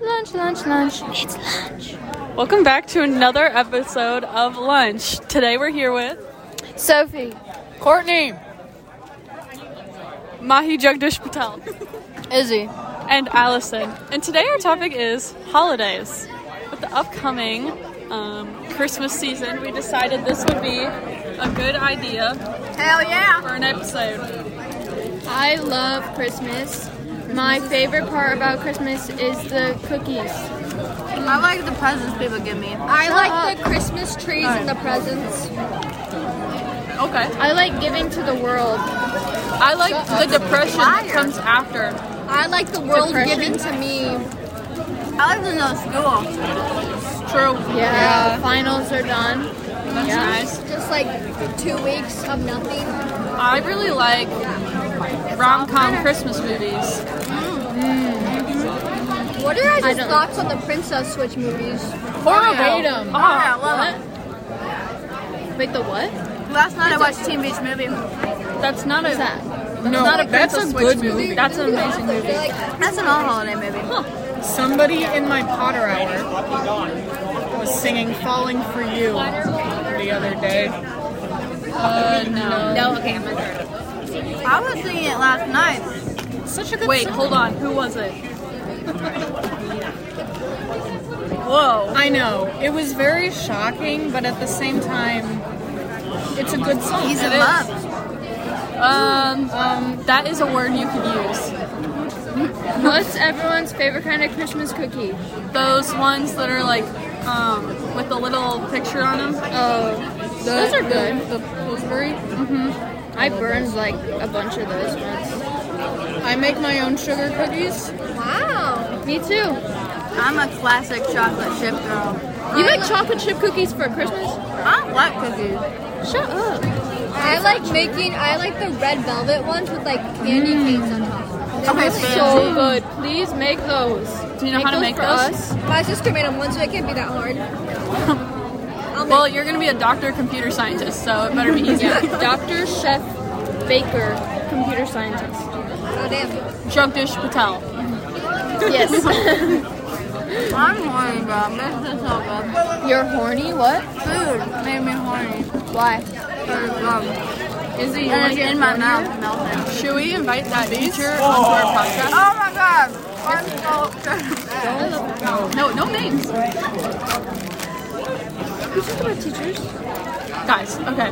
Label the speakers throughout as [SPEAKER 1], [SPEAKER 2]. [SPEAKER 1] lunch, lunch, lunch. It's lunch.
[SPEAKER 2] Welcome back to another episode of Lunch. Today we're here with
[SPEAKER 1] Sophie.
[SPEAKER 3] Courtney.
[SPEAKER 2] Mahi Jagdish Patel
[SPEAKER 1] Izzy.
[SPEAKER 2] and Allison. And today our topic is holidays. With the upcoming um, Christmas season, we decided this would be a good idea. Hell yeah! For an episode.
[SPEAKER 4] I love Christmas. My favorite part about Christmas is the cookies.
[SPEAKER 3] I like the presents people give me.
[SPEAKER 4] I like the Christmas trees and the presents.
[SPEAKER 2] Okay.
[SPEAKER 4] I like giving to the world.
[SPEAKER 2] I like the depression that comes after.
[SPEAKER 4] I like the world given to me.
[SPEAKER 3] I like to know school.
[SPEAKER 2] True.
[SPEAKER 4] Yeah. Finals are done.
[SPEAKER 2] That's nice.
[SPEAKER 4] Just like two weeks of nothing.
[SPEAKER 2] I really like rom-com Christmas movies.
[SPEAKER 4] What are guys' thoughts on the Princess Switch movies?
[SPEAKER 2] Horrible.
[SPEAKER 3] Oh,
[SPEAKER 2] Oh,
[SPEAKER 3] yeah, I love
[SPEAKER 4] Wait, the what?
[SPEAKER 3] it. Last night I watched Teen Beach Movie.
[SPEAKER 2] That's not a.
[SPEAKER 4] That.
[SPEAKER 2] That's not a that's a good movie. That's an amazing movie.
[SPEAKER 3] That's an all holiday movie.
[SPEAKER 5] Somebody in my Potter hour was singing "Falling for You" the other day.
[SPEAKER 4] No, okay, I'm not
[SPEAKER 3] I was singing it last night.
[SPEAKER 2] Such a good. Wait, hold on. Who was it? Whoa.
[SPEAKER 5] I know it was very shocking, but at the same time, it's a good song.
[SPEAKER 3] He's in
[SPEAKER 2] It is.
[SPEAKER 3] love.
[SPEAKER 2] Um, um, that is a word you could use.
[SPEAKER 4] What's everyone's favorite kind of Christmas cookie?
[SPEAKER 2] Those ones that are like, um, with the little picture on them.
[SPEAKER 4] Oh, those are good. The Pillsbury. Mm-hmm. I burned like a bunch of those once.
[SPEAKER 5] I make my own sugar cookies.
[SPEAKER 4] Wow. Me too. You
[SPEAKER 3] I'm a classic chocolate chip girl.
[SPEAKER 4] make chocolate chip cookies for Christmas?
[SPEAKER 3] I don't like cookies.
[SPEAKER 4] Shut up. I like making. I like the red velvet ones with like candy canes on top.
[SPEAKER 3] Okay,
[SPEAKER 4] so good. Please make those.
[SPEAKER 2] Do you know how to make
[SPEAKER 4] for
[SPEAKER 2] those?
[SPEAKER 4] Us. My sister made them once, so it can't be that hard.
[SPEAKER 2] Well, you're gonna be a doctor computer scientist, so it better be easy.
[SPEAKER 4] Dr. Chef Baker, computer scientist. God damn.
[SPEAKER 2] Jagdish Patel.
[SPEAKER 4] Yes.
[SPEAKER 3] I'm horny, bro. This is so good.
[SPEAKER 4] You're horny. What?
[SPEAKER 3] Food made me horny.
[SPEAKER 4] Why?
[SPEAKER 3] But it's gum.
[SPEAKER 2] Izzy, you
[SPEAKER 3] And
[SPEAKER 2] wanna
[SPEAKER 3] it's
[SPEAKER 2] get
[SPEAKER 3] in my
[SPEAKER 2] one?
[SPEAKER 3] mouth melting.
[SPEAKER 2] Should we invite that teacher onto our podcast?
[SPEAKER 3] Oh my god. I'm so
[SPEAKER 2] No, no names. Guys, okay.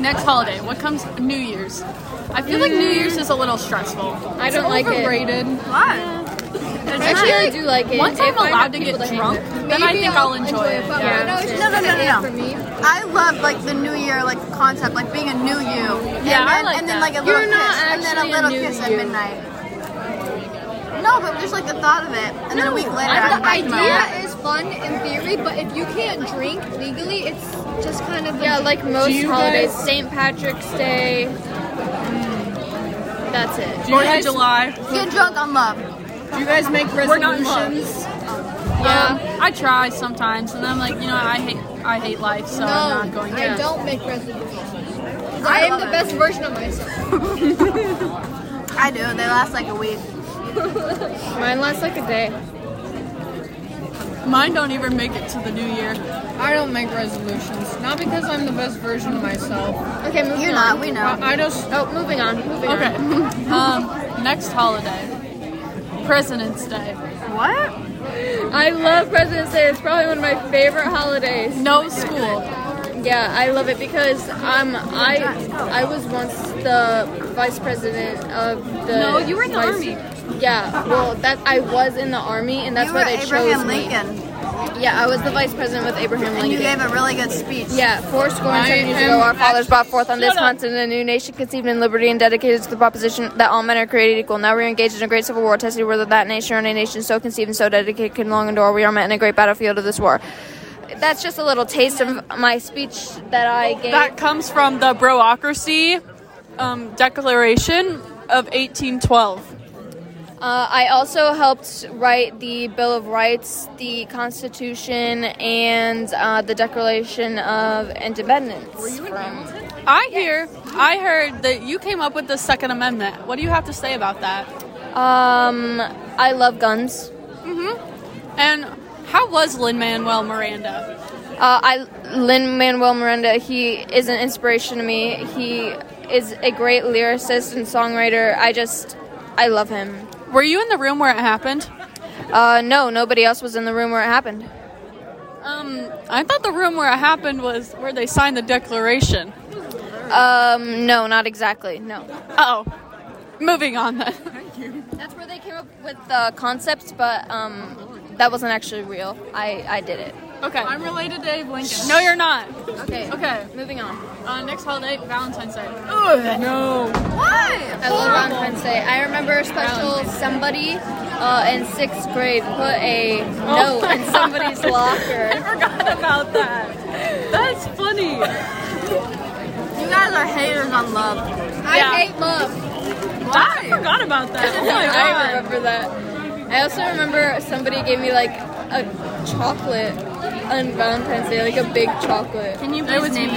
[SPEAKER 2] Next holiday. What comes? New Year's. I feel like New Year's is a little stressful.
[SPEAKER 4] I don't like it.
[SPEAKER 5] Overrated.
[SPEAKER 3] Why?
[SPEAKER 4] Actually, I do like it.
[SPEAKER 2] Once I'm
[SPEAKER 4] If I have
[SPEAKER 2] allowed to
[SPEAKER 4] people
[SPEAKER 2] get
[SPEAKER 4] hang
[SPEAKER 2] drunk,
[SPEAKER 4] with.
[SPEAKER 2] then I think I'll enjoy it.
[SPEAKER 4] Yeah.
[SPEAKER 3] No, no, no, no, no. I love like the new year, like concept, like being a new you.
[SPEAKER 2] Yeah,
[SPEAKER 3] and
[SPEAKER 2] I
[SPEAKER 3] then,
[SPEAKER 2] like
[SPEAKER 3] and then
[SPEAKER 2] that.
[SPEAKER 3] like a
[SPEAKER 4] You're
[SPEAKER 3] little
[SPEAKER 4] not
[SPEAKER 3] kiss, and then a
[SPEAKER 4] actually a
[SPEAKER 3] little
[SPEAKER 4] new
[SPEAKER 3] kiss at
[SPEAKER 4] you.
[SPEAKER 3] midnight. No, but just like the thought of it, and then a week later, I'm
[SPEAKER 6] The
[SPEAKER 3] back to my life.
[SPEAKER 6] idea is fun in theory, but if you can't drink legally, it's just kind of
[SPEAKER 4] Yeah, like most
[SPEAKER 5] you
[SPEAKER 4] holidays,
[SPEAKER 5] guys-
[SPEAKER 4] St. Patrick's Day. Mm. That's it.
[SPEAKER 2] Fourth of July.
[SPEAKER 3] Get drunk on love.
[SPEAKER 5] Do you guys make
[SPEAKER 2] We're not in love.
[SPEAKER 5] resolutions?
[SPEAKER 2] Um, I try sometimes, and I'm like, you know, I hate, I hate life, so I'm not
[SPEAKER 6] no,
[SPEAKER 2] going
[SPEAKER 6] I
[SPEAKER 2] to.
[SPEAKER 6] don't make resolutions. I am the best version of myself.
[SPEAKER 3] I do. They last like a week.
[SPEAKER 4] Mine lasts like a day.
[SPEAKER 2] Mine don't even make it to the New Year.
[SPEAKER 5] I don't make resolutions. Not because I'm the best version of myself.
[SPEAKER 4] Okay, moving
[SPEAKER 3] You're
[SPEAKER 4] on.
[SPEAKER 3] not. We know.
[SPEAKER 5] I I just
[SPEAKER 4] Oh, moving on. Moving
[SPEAKER 2] Okay.
[SPEAKER 4] on.
[SPEAKER 2] um, next holiday, President's Day.
[SPEAKER 3] What?
[SPEAKER 4] I love President's Day. It's probably one of my favorite holidays.
[SPEAKER 2] No school.
[SPEAKER 4] Yeah, I love it because um I I was once the vice president of the.
[SPEAKER 2] No, you were in the
[SPEAKER 4] vice-
[SPEAKER 2] army.
[SPEAKER 4] Yeah, well, that I was in the army, and that's
[SPEAKER 3] you
[SPEAKER 4] why they
[SPEAKER 3] were
[SPEAKER 4] chose
[SPEAKER 3] Abraham
[SPEAKER 4] me.
[SPEAKER 3] Lincoln,
[SPEAKER 4] Yeah, I was the vice president with Abraham
[SPEAKER 3] and
[SPEAKER 4] Lincoln.
[SPEAKER 3] you gave a really good speech.
[SPEAKER 4] Yeah, four score and seven
[SPEAKER 5] I
[SPEAKER 4] years
[SPEAKER 5] am
[SPEAKER 4] ago, our fathers brought forth on this
[SPEAKER 2] Shut up.
[SPEAKER 4] continent a new nation conceived in liberty and dedicated to the proposition that all men are created equal. Now we are engaged in a great civil war, testing whether that nation or any nation so conceived and so dedicated can long endure. We are met in a great battlefield of this war. That's just a little taste of my speech that I gave.
[SPEAKER 2] That comes from the Bureaucracy um, Declaration of 1812.
[SPEAKER 4] Uh, I also helped write the Bill of Rights, the Constitution, and uh, the Declaration of Independence. from-
[SPEAKER 2] I hear, I heard that you came up with the Second Amendment. What do you have to say about that?
[SPEAKER 4] Um, I love guns.
[SPEAKER 2] And how was Lin Manuel Miranda?
[SPEAKER 4] Uh, I Lin Manuel Miranda. He is an inspiration to me. He is a great lyricist and songwriter. I just, I love him.
[SPEAKER 2] Were you in the room where it happened?
[SPEAKER 4] Uh, no, nobody else was in the room where it happened.
[SPEAKER 2] Um, I thought the room where it happened was where they signed the declaration.
[SPEAKER 4] Um, no, not exactly. No,
[SPEAKER 2] Oh, moving on then.
[SPEAKER 4] that's where they came up with the concepts, but um, that wasn't actually real. I I did it.
[SPEAKER 2] Okay. I'm related to Abe Lincoln. No, you're not.
[SPEAKER 4] Okay.
[SPEAKER 2] Okay.
[SPEAKER 4] Moving on.
[SPEAKER 2] Uh, next holiday, Valentine's Day.
[SPEAKER 4] I love Valentine's Day. I remember a special somebody uh, in sixth grade put a note in somebody's
[SPEAKER 2] I
[SPEAKER 4] locker.
[SPEAKER 2] forgot about that. That's funny.
[SPEAKER 3] You guys are haters on love.
[SPEAKER 4] I
[SPEAKER 2] Yeah.
[SPEAKER 4] hate love.
[SPEAKER 2] I forgot about that. Oh my
[SPEAKER 4] I
[SPEAKER 2] god.
[SPEAKER 4] remember that. I also remember somebody gave me like a chocolate on Valentine's Day, like a big chocolate.
[SPEAKER 2] Can you please name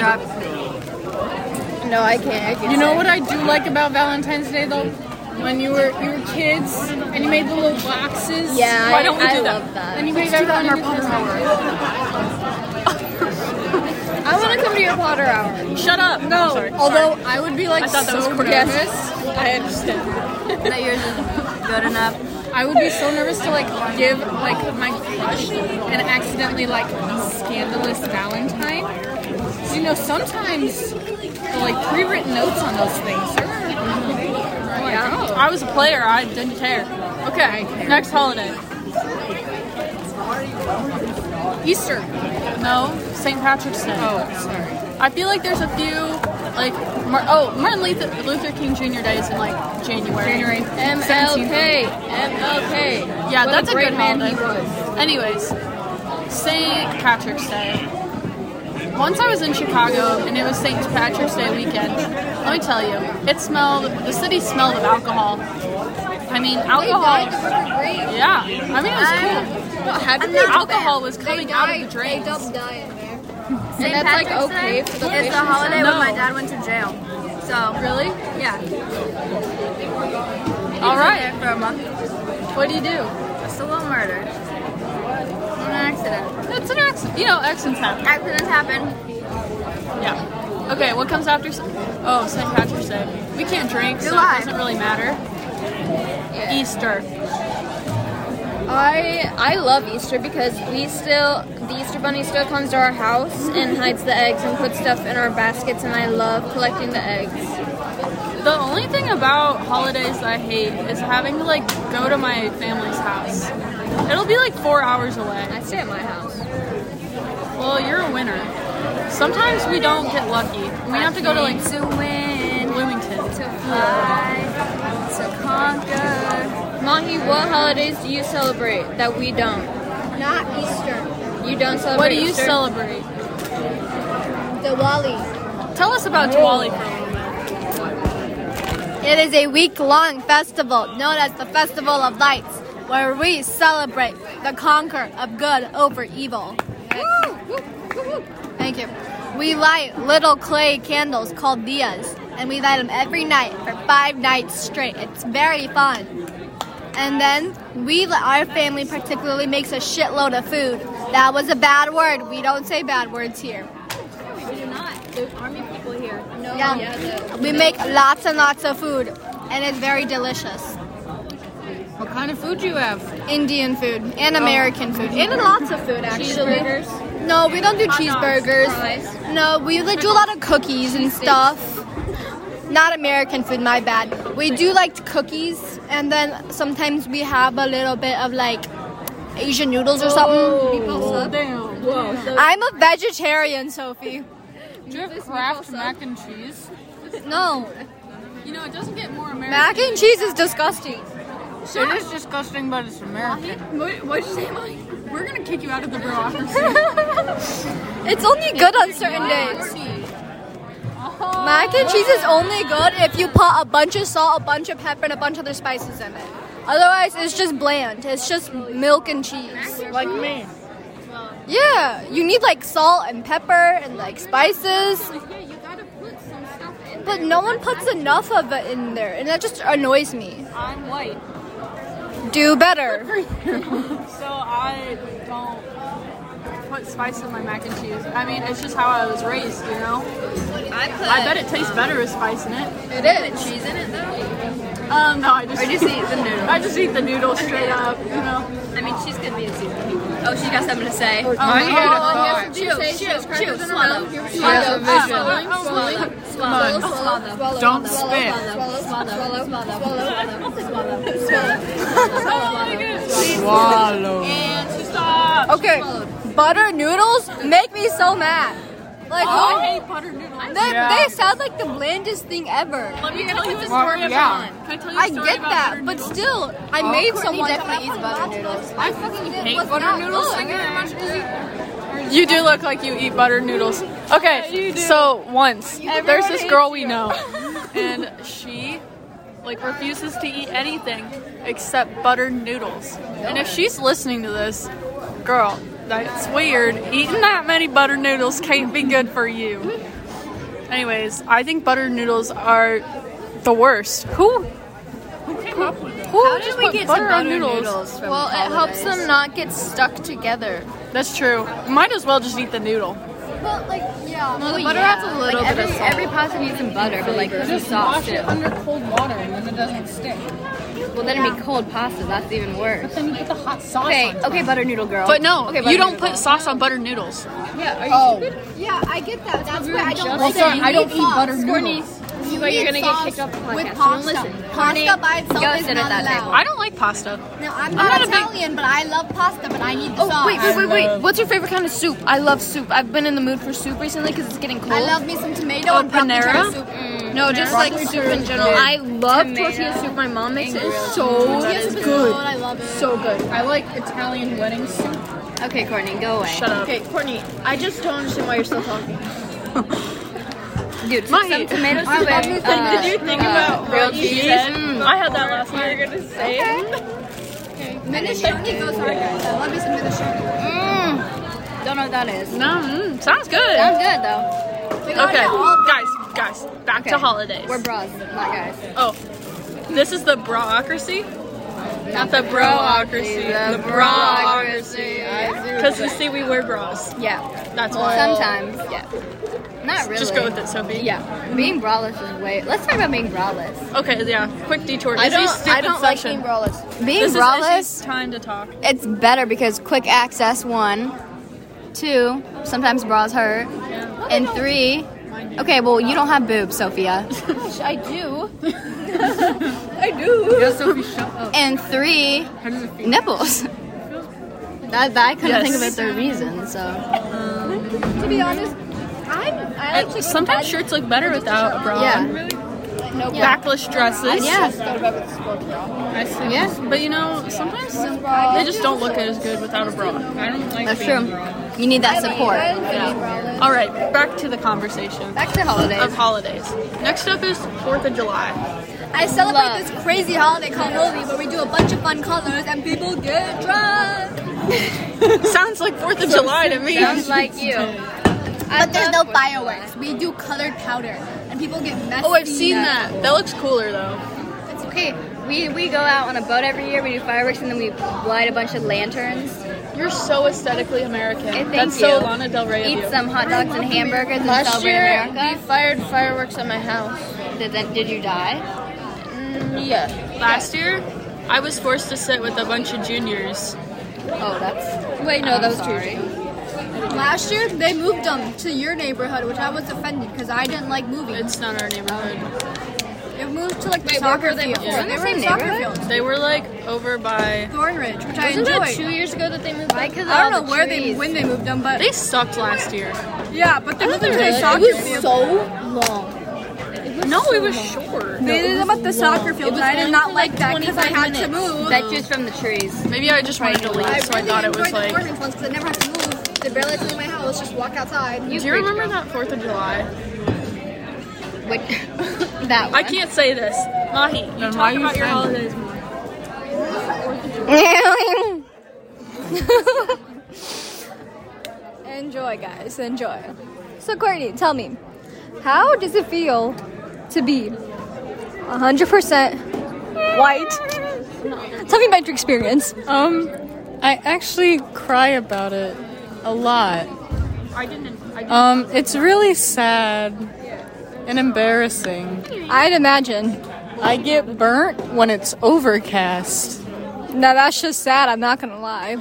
[SPEAKER 4] No, I can't. I can't
[SPEAKER 5] You know
[SPEAKER 4] say.
[SPEAKER 5] what I do like about Valentine's Day though? When you were you were kids and you made the little boxes.
[SPEAKER 4] Yeah,
[SPEAKER 2] Why don't we
[SPEAKER 4] I,
[SPEAKER 2] do
[SPEAKER 4] I
[SPEAKER 2] that?
[SPEAKER 4] love that.
[SPEAKER 5] And you gave everyone in your hour.
[SPEAKER 4] I want to come to your Potter Hour.
[SPEAKER 2] Shut up. No. Sorry.
[SPEAKER 5] Although I would be like
[SPEAKER 2] I thought that was
[SPEAKER 5] so
[SPEAKER 2] correct.
[SPEAKER 5] nervous.
[SPEAKER 2] I understand.
[SPEAKER 3] That yours is good enough.
[SPEAKER 5] I would be so nervous to like give like my crush an accidentally like scandalous Valentine. 'Cause, You know, sometimes the like pre-written notes on those things. oh They're, I'm like, oh,
[SPEAKER 2] I was a player. I didn't care. Okay. Next holiday.
[SPEAKER 5] Easter.
[SPEAKER 2] No. St. Patrick's Day.
[SPEAKER 5] Oh, sorry.
[SPEAKER 2] I feel like there's a few like Mar- oh Martin Luther-, Luther King Jr. Day is in like January.
[SPEAKER 5] January.
[SPEAKER 4] MLK, MLK.
[SPEAKER 2] Yeah,
[SPEAKER 4] What
[SPEAKER 2] that's a,
[SPEAKER 4] great
[SPEAKER 2] good
[SPEAKER 4] man
[SPEAKER 2] holiday.
[SPEAKER 4] he was.
[SPEAKER 2] Anyways, St. Patrick's Day. Once I was in Chicago and it was St. Patrick's Day weekend. Let me tell you, it smelled. The city smelled of alcohol. I mean, alcohol. Yeah, I mean it was cool. What happened?
[SPEAKER 3] I'm not
[SPEAKER 2] Alcohol was coming out of the
[SPEAKER 6] They
[SPEAKER 2] drinks.
[SPEAKER 6] double diet, man.
[SPEAKER 4] And that's like
[SPEAKER 3] Patrick's
[SPEAKER 4] okay
[SPEAKER 3] Day
[SPEAKER 4] for the
[SPEAKER 3] is
[SPEAKER 4] fish.
[SPEAKER 3] the holiday
[SPEAKER 2] No.
[SPEAKER 3] when my dad went to jail. So
[SPEAKER 2] Really?
[SPEAKER 3] yeah, he was
[SPEAKER 2] All right.
[SPEAKER 3] there for a month.
[SPEAKER 2] What do you do?
[SPEAKER 3] Just a little murder. An accident.
[SPEAKER 2] It's an accident. You know, accidents happen.
[SPEAKER 3] Accidents happen.
[SPEAKER 2] Yeah. Okay, what comes after? s- Oh, St. Patrick's Day. We can't drink, so
[SPEAKER 3] July.
[SPEAKER 2] it doesn't really matter. Easter.
[SPEAKER 4] I I love Easter because we still the Easter bunny still comes to our house and hides the eggs and puts stuff in our baskets and I love collecting the eggs.
[SPEAKER 2] The only thing about holidays that I hate is having to like go to my family's house. It'll be like four hours away.
[SPEAKER 4] I stay at my house.
[SPEAKER 2] Well, you're a winner. Sometimes we don't get lucky. We have to go to like
[SPEAKER 3] To win,
[SPEAKER 2] Bloomington.
[SPEAKER 3] to fly, to conquer.
[SPEAKER 4] Mahi, what holidays do you celebrate that we don't?
[SPEAKER 6] Not Easter.
[SPEAKER 4] You don't celebrate.
[SPEAKER 2] What do you
[SPEAKER 4] Easter?
[SPEAKER 2] celebrate?
[SPEAKER 6] Diwali.
[SPEAKER 2] Tell us about Diwali for a little bit.
[SPEAKER 6] It is a week-long festival known as the Festival of Lights, where we celebrate the conquer of good over evil. Thank you. We light little clay candles called diyas, and we light them every night for five nights straight. It's very fun. And then we, our family particularly, makes a shitload of food. That was a bad word. We don't say bad words here. We do not. There's army people here. No. Yeah. we make lots and lots of food, and it's very delicious.
[SPEAKER 5] What kind of food do you have? Oh.
[SPEAKER 6] Indian food and American food and lots of food actually. No, we don't do cheeseburgers. No, we like, do a lot of cookies and stuff. Not American food, my bad. We do like cookies, and then sometimes we have a little bit of like Asian noodles or something.
[SPEAKER 5] Oh.
[SPEAKER 6] I'm a vegetarian, Sophie.
[SPEAKER 2] Do you have Kraft mac and cheese?
[SPEAKER 6] No,
[SPEAKER 2] You know, it doesn't get more American.
[SPEAKER 6] mac and cheese is disgusting.
[SPEAKER 5] It is disgusting, but it's American.
[SPEAKER 2] What, what'd you say, Molly? We're gonna kick you out of the bureaucracy.
[SPEAKER 6] It's only good on certain days. Mac and cheese is only good if you put a bunch of salt, a bunch of pepper, and a bunch of other spices in it. Otherwise, it's just bland. It's just milk and cheese.
[SPEAKER 5] Like me.
[SPEAKER 6] Yeah, you need like salt and pepper and like spices. But no one puts enough of it in there, and that just annoys me.
[SPEAKER 2] I'm white.
[SPEAKER 6] Do better.
[SPEAKER 2] So I don't put spice in my mac and cheese. I mean, it's just how I was raised, you know.
[SPEAKER 7] I put
[SPEAKER 2] I bet it tastes better with spice in it.
[SPEAKER 7] put cheese in it though.
[SPEAKER 2] Um, no, I just
[SPEAKER 7] Or just eat the noodle.
[SPEAKER 2] I just eat the noodles straight up, you know.
[SPEAKER 7] I mean, she's gonna be a season. Oh, she's got something to say.
[SPEAKER 2] Oh,
[SPEAKER 7] Chew, chew, chew, swallow.
[SPEAKER 2] oh, oh, oh,
[SPEAKER 7] Swallow, swallow, swallow.
[SPEAKER 2] Don't spit.
[SPEAKER 7] Swallow, swallow, swallow, swallow, swallow.
[SPEAKER 2] Swallow. Stop.
[SPEAKER 6] Okay. Butter noodles make me so mad. Like
[SPEAKER 2] I
[SPEAKER 6] what?
[SPEAKER 2] hate butter noodles.
[SPEAKER 6] They,
[SPEAKER 2] Yeah.
[SPEAKER 6] they sound like the blandest thing ever.
[SPEAKER 2] Let me tell you a story about.
[SPEAKER 5] yeah.
[SPEAKER 2] Can I tell you a
[SPEAKER 6] I
[SPEAKER 2] story
[SPEAKER 6] get
[SPEAKER 2] about
[SPEAKER 6] that,
[SPEAKER 2] butter
[SPEAKER 6] but
[SPEAKER 2] noodles?
[SPEAKER 6] still, I made
[SPEAKER 7] Courtney
[SPEAKER 6] someone
[SPEAKER 7] definitely eats butter noodles.
[SPEAKER 6] I fucking hate
[SPEAKER 2] butter noodles.
[SPEAKER 6] Oh,
[SPEAKER 2] Thank you very much. You do look like you eat butter noodles. Okay, so once there's this girl we know, and she like refuses to eat anything except butter noodles. And if she's listening to this, girl, that's weird. Eating that many butter noodles can't be good for you. Anyways, I think butter noodles are the worst. Who? Who came up with that? Who
[SPEAKER 7] How did
[SPEAKER 2] just
[SPEAKER 7] we
[SPEAKER 2] put
[SPEAKER 7] get
[SPEAKER 2] butter
[SPEAKER 7] some
[SPEAKER 2] on noodles?
[SPEAKER 7] from
[SPEAKER 4] Well, it helps them not get stuck together.
[SPEAKER 2] That's true. Might as well just eat the noodle.
[SPEAKER 6] But like, yeah.
[SPEAKER 7] butter adds a little bit of salt. Every pasta needs some butter, but like some
[SPEAKER 5] Just
[SPEAKER 7] sauce
[SPEAKER 5] wash
[SPEAKER 7] too.
[SPEAKER 5] it under cold water and then it doesn't stick.
[SPEAKER 7] Well, then it'd be cold pasta. That's even worse.
[SPEAKER 5] Then you put the hot sauce
[SPEAKER 7] Okay,
[SPEAKER 5] on.
[SPEAKER 7] okay, butter noodle girl.
[SPEAKER 8] Oh.
[SPEAKER 2] But no,
[SPEAKER 7] okay,
[SPEAKER 2] you
[SPEAKER 7] butter
[SPEAKER 2] don't
[SPEAKER 7] noodle.
[SPEAKER 2] put sauce on butter noodles.
[SPEAKER 6] Yeah, I get that. That's why I don't
[SPEAKER 5] Well,
[SPEAKER 6] like
[SPEAKER 5] sorry,
[SPEAKER 6] it.
[SPEAKER 5] I don't eat butter noodles.
[SPEAKER 6] You are gonna get kicked off the podcast. With pasta, pasta by itself
[SPEAKER 7] go
[SPEAKER 6] is
[SPEAKER 7] sit at
[SPEAKER 6] not
[SPEAKER 7] that
[SPEAKER 6] allowed.
[SPEAKER 2] I don't like pasta.
[SPEAKER 6] No, I'm not,
[SPEAKER 2] not a big-
[SPEAKER 6] Italian, but I love pasta, but I need the sauce.
[SPEAKER 4] Oh, Wait, wait, wait, wait. What's your favorite kind of soup? I love soup. I've been in the mood for soup recently because it's getting cold.
[SPEAKER 6] I love me some tomato
[SPEAKER 2] Oh,
[SPEAKER 6] and paneer
[SPEAKER 2] Panera?
[SPEAKER 6] soup.
[SPEAKER 4] no, just like soup in general. I love tortilla soup. My mom makes it. It's so
[SPEAKER 6] Good. I love it.
[SPEAKER 4] so good.
[SPEAKER 5] I like Italian wedding soup.
[SPEAKER 7] Okay, Courtney, go away.
[SPEAKER 2] Shut up.
[SPEAKER 8] Okay, Courtney, I just don't understand why you're still talking.
[SPEAKER 7] Dude, put some tomato soup in. uh,
[SPEAKER 8] Did you think about grilled cheese? I had that last night. You're gonna say
[SPEAKER 6] Minestrone goes hard. I love me some minestrone. Mm.
[SPEAKER 7] Don't know what that is.
[SPEAKER 2] No, mm, sounds good.
[SPEAKER 7] Sounds good though.
[SPEAKER 2] Okay, guys, guys, back to
[SPEAKER 7] Okay.
[SPEAKER 2] holidays.
[SPEAKER 7] We're bras, not guys.
[SPEAKER 2] oh, this is the braocracy, not the broocracy. The braocracy. Because you see, we wear bras.
[SPEAKER 7] Yeah.
[SPEAKER 2] That's why.
[SPEAKER 7] Sometimes. Yeah. Not really.
[SPEAKER 2] Just go with it, Sophie.
[SPEAKER 7] Yeah. Being braless is way. Let's talk about being braless.
[SPEAKER 2] Okay. Yeah. Quick detour.
[SPEAKER 8] I
[SPEAKER 2] Izzy's
[SPEAKER 8] don't-
[SPEAKER 2] stupid
[SPEAKER 8] I don't like
[SPEAKER 2] session.
[SPEAKER 8] being
[SPEAKER 7] Being
[SPEAKER 2] this
[SPEAKER 7] braless.
[SPEAKER 2] is Izzy's time to talk.
[SPEAKER 7] it's better because quick access one, two. Sometimes bras hurt, and three. Okay, well you don't have boobs, Sophia.
[SPEAKER 4] I do.
[SPEAKER 7] And three nipples. That, that I couldn't
[SPEAKER 2] Yes.
[SPEAKER 7] think of a third reason. So
[SPEAKER 6] To be honest, I'm, I like
[SPEAKER 2] And sometimes shirts look better without a bra.
[SPEAKER 7] Yeah.
[SPEAKER 2] on. Backless dresses.
[SPEAKER 7] yeah,
[SPEAKER 2] Yeah, but you know, sometimes they just don't look as good without a bra. I don't like
[SPEAKER 7] that's true. You need that support.
[SPEAKER 2] Yeah. All right, back to the conversation
[SPEAKER 7] Back to holidays.
[SPEAKER 2] of holidays. Next up is 4th of July.
[SPEAKER 6] I celebrate this crazy holiday called Holi, where we do a bunch of fun colors and people get drunk.
[SPEAKER 2] Sounds like 4th of July to me.
[SPEAKER 7] like you.
[SPEAKER 6] but there's no fireworks. We do colored powder, and people get messy.
[SPEAKER 2] Oh, I've seen that. That looks cooler though.
[SPEAKER 7] It's okay. We, we go out on a boat every year. We do fireworks and then we light a bunch of lanterns.
[SPEAKER 2] You're so aesthetically American.
[SPEAKER 7] Hey, thank
[SPEAKER 2] That's
[SPEAKER 7] you.
[SPEAKER 2] so Lana Del Rey
[SPEAKER 7] Eat
[SPEAKER 2] of you.
[SPEAKER 7] some hot dogs and hamburgers and
[SPEAKER 8] Last
[SPEAKER 7] celebrate
[SPEAKER 8] year, we
[SPEAKER 7] America.
[SPEAKER 8] fired fireworks at my house.
[SPEAKER 7] Did, that, did you die?
[SPEAKER 8] Yeah.
[SPEAKER 2] Last year, I was forced to sit with a bunch of juniors.
[SPEAKER 7] Oh, that's
[SPEAKER 8] Wait, no, that was
[SPEAKER 7] sorry.
[SPEAKER 6] Last year, they moved them to your neighborhood, which I was offended because I didn't like movies.
[SPEAKER 2] It's not our neighborhood.
[SPEAKER 6] It moved to like the soccer field.
[SPEAKER 8] before?
[SPEAKER 6] They
[SPEAKER 7] the
[SPEAKER 6] were in
[SPEAKER 7] same
[SPEAKER 6] soccer
[SPEAKER 7] neighborhood?
[SPEAKER 6] field.
[SPEAKER 2] They were like over by.
[SPEAKER 6] Thornridge, which I
[SPEAKER 8] Isn't that
[SPEAKER 6] enjoyed.
[SPEAKER 8] two years ago that they moved?
[SPEAKER 7] Why? Because
[SPEAKER 6] I don't know where they when they moved them, but
[SPEAKER 2] They sucked last year.
[SPEAKER 6] yeah, but they moved them to the
[SPEAKER 8] It
[SPEAKER 6] soccer
[SPEAKER 8] was
[SPEAKER 6] field.
[SPEAKER 8] so long.
[SPEAKER 2] No, it was short.
[SPEAKER 6] They did them at the soccer field,
[SPEAKER 8] was
[SPEAKER 6] and I did
[SPEAKER 8] only
[SPEAKER 6] not
[SPEAKER 8] for,
[SPEAKER 6] like
[SPEAKER 8] like,
[SPEAKER 6] that because I
[SPEAKER 8] 25
[SPEAKER 6] had to
[SPEAKER 8] minutes.
[SPEAKER 6] move.
[SPEAKER 7] That's just from the trees.
[SPEAKER 2] Maybe I just wanted to leave, so I thought it was
[SPEAKER 6] enjoyed
[SPEAKER 2] like.
[SPEAKER 6] the Fortnite ones because I never have to move. They barely leave my house, just walk outside.
[SPEAKER 2] Do you remember that Fourth of July?
[SPEAKER 7] Which, that
[SPEAKER 2] I
[SPEAKER 7] one.
[SPEAKER 2] can't say this. Mahi, you talk
[SPEAKER 5] why are you
[SPEAKER 2] about your
[SPEAKER 5] saying
[SPEAKER 2] holidays more.
[SPEAKER 6] Enjoy, guys, enjoy. So, Courtney, tell me, how does it feel to be 100% white, Tell me about your experience.
[SPEAKER 9] Um, I actually cry about it a lot. Um, it's really sad and embarrassing.
[SPEAKER 6] I'd imagine.
[SPEAKER 9] I get burnt when it's overcast.
[SPEAKER 6] Now that's just sad. I'm not gonna lie.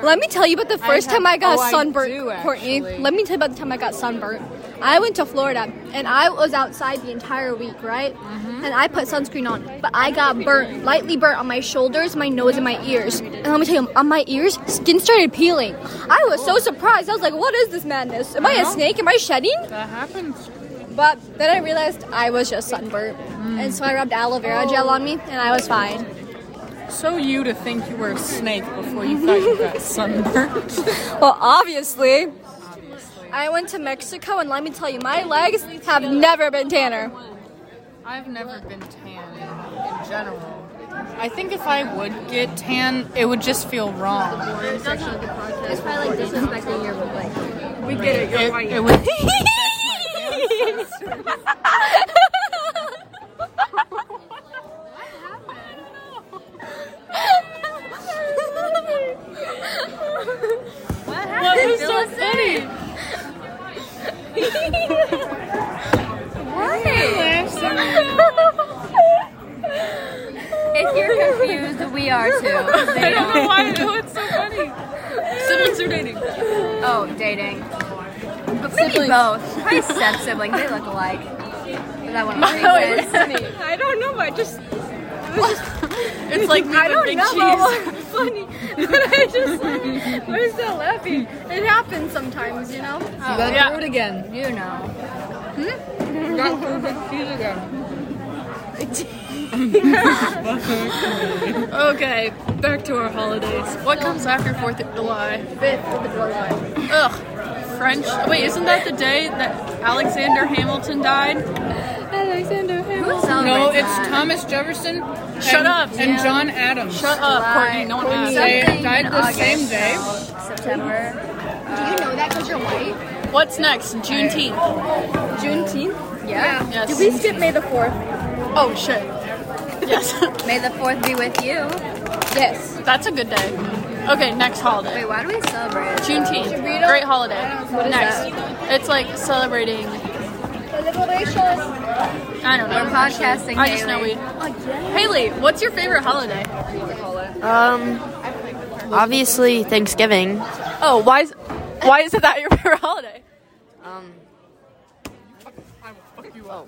[SPEAKER 6] Let me tell you about the first time I got
[SPEAKER 9] oh, I
[SPEAKER 6] sunburnt,
[SPEAKER 9] do,
[SPEAKER 6] Courtney.
[SPEAKER 9] actually.
[SPEAKER 6] Let me tell you about the time I got sunburnt. I went to Florida and I was outside the entire week, right?
[SPEAKER 9] Mm-hmm.
[SPEAKER 6] And I put sunscreen on, but I got burnt, lightly burnt on my shoulders, my nose, and my ears. And let me tell you, on my ears, skin started peeling. I was so surprised. I was like, "What is this madness? Am I a snake? Am I shedding?"
[SPEAKER 9] That happens.
[SPEAKER 6] But then I realized I was just sunburnt,
[SPEAKER 9] Mm.
[SPEAKER 6] and so I rubbed aloe vera gel on me, and I was fine.
[SPEAKER 9] So you to think you were a snake before you thought you got sunburned.
[SPEAKER 6] Well, obviously. I went to Mexico, and let me tell you, my legs have never been tanner.
[SPEAKER 9] I've never been tan in general. I think if I would get tan, it would just feel wrong. It's probably like disrespecting your like. We get it. It,
[SPEAKER 7] If you're confused, we are too.
[SPEAKER 2] I don't know why. Oh, it's so funny. Siblings are dating.
[SPEAKER 7] Oh, dating. But maybe both. Probably step siblings. They look alike. Is that one of
[SPEAKER 2] Oh,
[SPEAKER 7] the reasons?
[SPEAKER 8] I don't know. I just
[SPEAKER 2] It's like me with big cheese.
[SPEAKER 8] funny. But I just like, we're still laughing. It happens sometimes, you know.
[SPEAKER 9] you gotta do it again.
[SPEAKER 7] you know.
[SPEAKER 2] Okay, back to our holidays. What comes after Fourth of July? Fifth of July. Ugh, French. Wait, isn't that the day that Alexander Hamilton died?
[SPEAKER 9] No, it's Thomas Jefferson.
[SPEAKER 2] Shut
[SPEAKER 9] and,
[SPEAKER 2] up.
[SPEAKER 9] And John Adams.
[SPEAKER 2] Shut up, Uh-uh, Courtney. No one asked.
[SPEAKER 9] They died the same day.
[SPEAKER 7] September.
[SPEAKER 2] What's next? Juneteenth. Yes.
[SPEAKER 6] Please skip May the 4th.
[SPEAKER 2] Oh shit. Yes,
[SPEAKER 7] May the 4th be with you.
[SPEAKER 6] Yes.
[SPEAKER 2] that's a good day. Okay, next holiday.
[SPEAKER 7] Wait, why do we celebrate?
[SPEAKER 2] Juneteenth. Great holiday. Next. It's like celebrating. I don't know.
[SPEAKER 7] We're podcasting
[SPEAKER 2] I just know we.
[SPEAKER 7] daily.
[SPEAKER 2] Haley, what's your favorite holiday?
[SPEAKER 10] Um, obviously Thanksgiving.
[SPEAKER 2] Oh, why is why is it that your favorite holiday?
[SPEAKER 10] Um, Oh.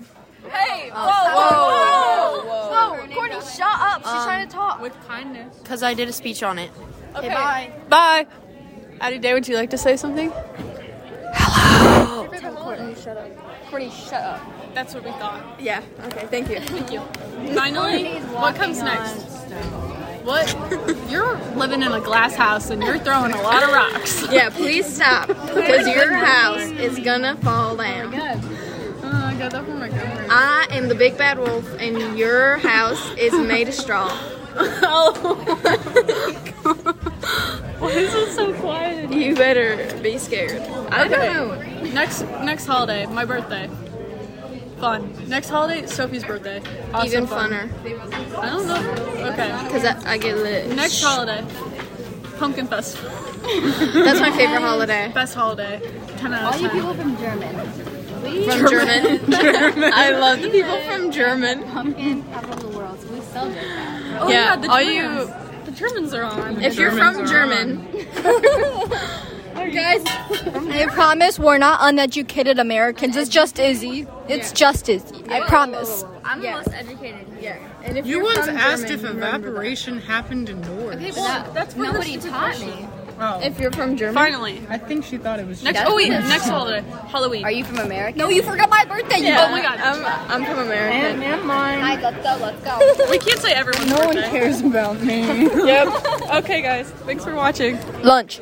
[SPEAKER 2] Hey! Whoa! Whoa! Whoa! Courtney, shut up! She's
[SPEAKER 10] trying
[SPEAKER 2] to talk. With kindness.
[SPEAKER 10] because Um, I did a speech on it.
[SPEAKER 2] Okay. bye. Bye. Addie Day, would you like to say something? Hello. Courtney, shut up. Courtney, shut up. That's what we thought.
[SPEAKER 3] Yeah. Okay. Thank you.
[SPEAKER 2] Thank you. Finally, what comes next? What? You're living in a glass house and you're throwing a lot of rocks.
[SPEAKER 3] Yeah. Please stop, because your house is gonna fall down.
[SPEAKER 2] Oh, I got that from my grandma.
[SPEAKER 3] I am the big bad wolf, and your house is made of straw.
[SPEAKER 2] Why is it so quiet?
[SPEAKER 3] You better be scared. I don't know.
[SPEAKER 2] Next next holiday, my birthday. Fun. Next holiday, Sophie's birthday. Also
[SPEAKER 3] Even
[SPEAKER 2] fun.
[SPEAKER 3] funner,
[SPEAKER 2] I don't know. Okay.
[SPEAKER 3] because I, I get lit.
[SPEAKER 2] Next holiday, Pumpkin Fest.
[SPEAKER 3] That's my favorite holiday.
[SPEAKER 2] Best holiday. 10 out of 10.
[SPEAKER 3] From German. I love the people from German.
[SPEAKER 7] Pumpkin capital of the world. So we celebrate that.
[SPEAKER 2] Oh,
[SPEAKER 3] yeah,
[SPEAKER 2] the
[SPEAKER 3] all
[SPEAKER 2] Germans. The Germans are on.
[SPEAKER 3] If you're from German,
[SPEAKER 6] Guys, I promise we're not uneducated Americans. It's just Izzy. It's just Izzy. I promise.
[SPEAKER 7] I'm the most educated here.
[SPEAKER 9] You once asked if evaporation happened indoors.
[SPEAKER 7] that's nobody taught me.
[SPEAKER 9] Oh,
[SPEAKER 3] if you're from German,
[SPEAKER 2] Finally.
[SPEAKER 9] I think she thought it was.
[SPEAKER 2] Next.
[SPEAKER 7] That's
[SPEAKER 2] Oh wait.
[SPEAKER 7] it.
[SPEAKER 2] Next holiday, Halloween.
[SPEAKER 7] Are you from America?
[SPEAKER 6] No, you forgot my birthday.
[SPEAKER 2] Yeah. Oh my god.
[SPEAKER 3] I'm, I'm from America.
[SPEAKER 2] we can't say everyone's no birthday.
[SPEAKER 9] cares about me.
[SPEAKER 2] Yep. Okay, guys. Thanks for watching.
[SPEAKER 4] Lunch.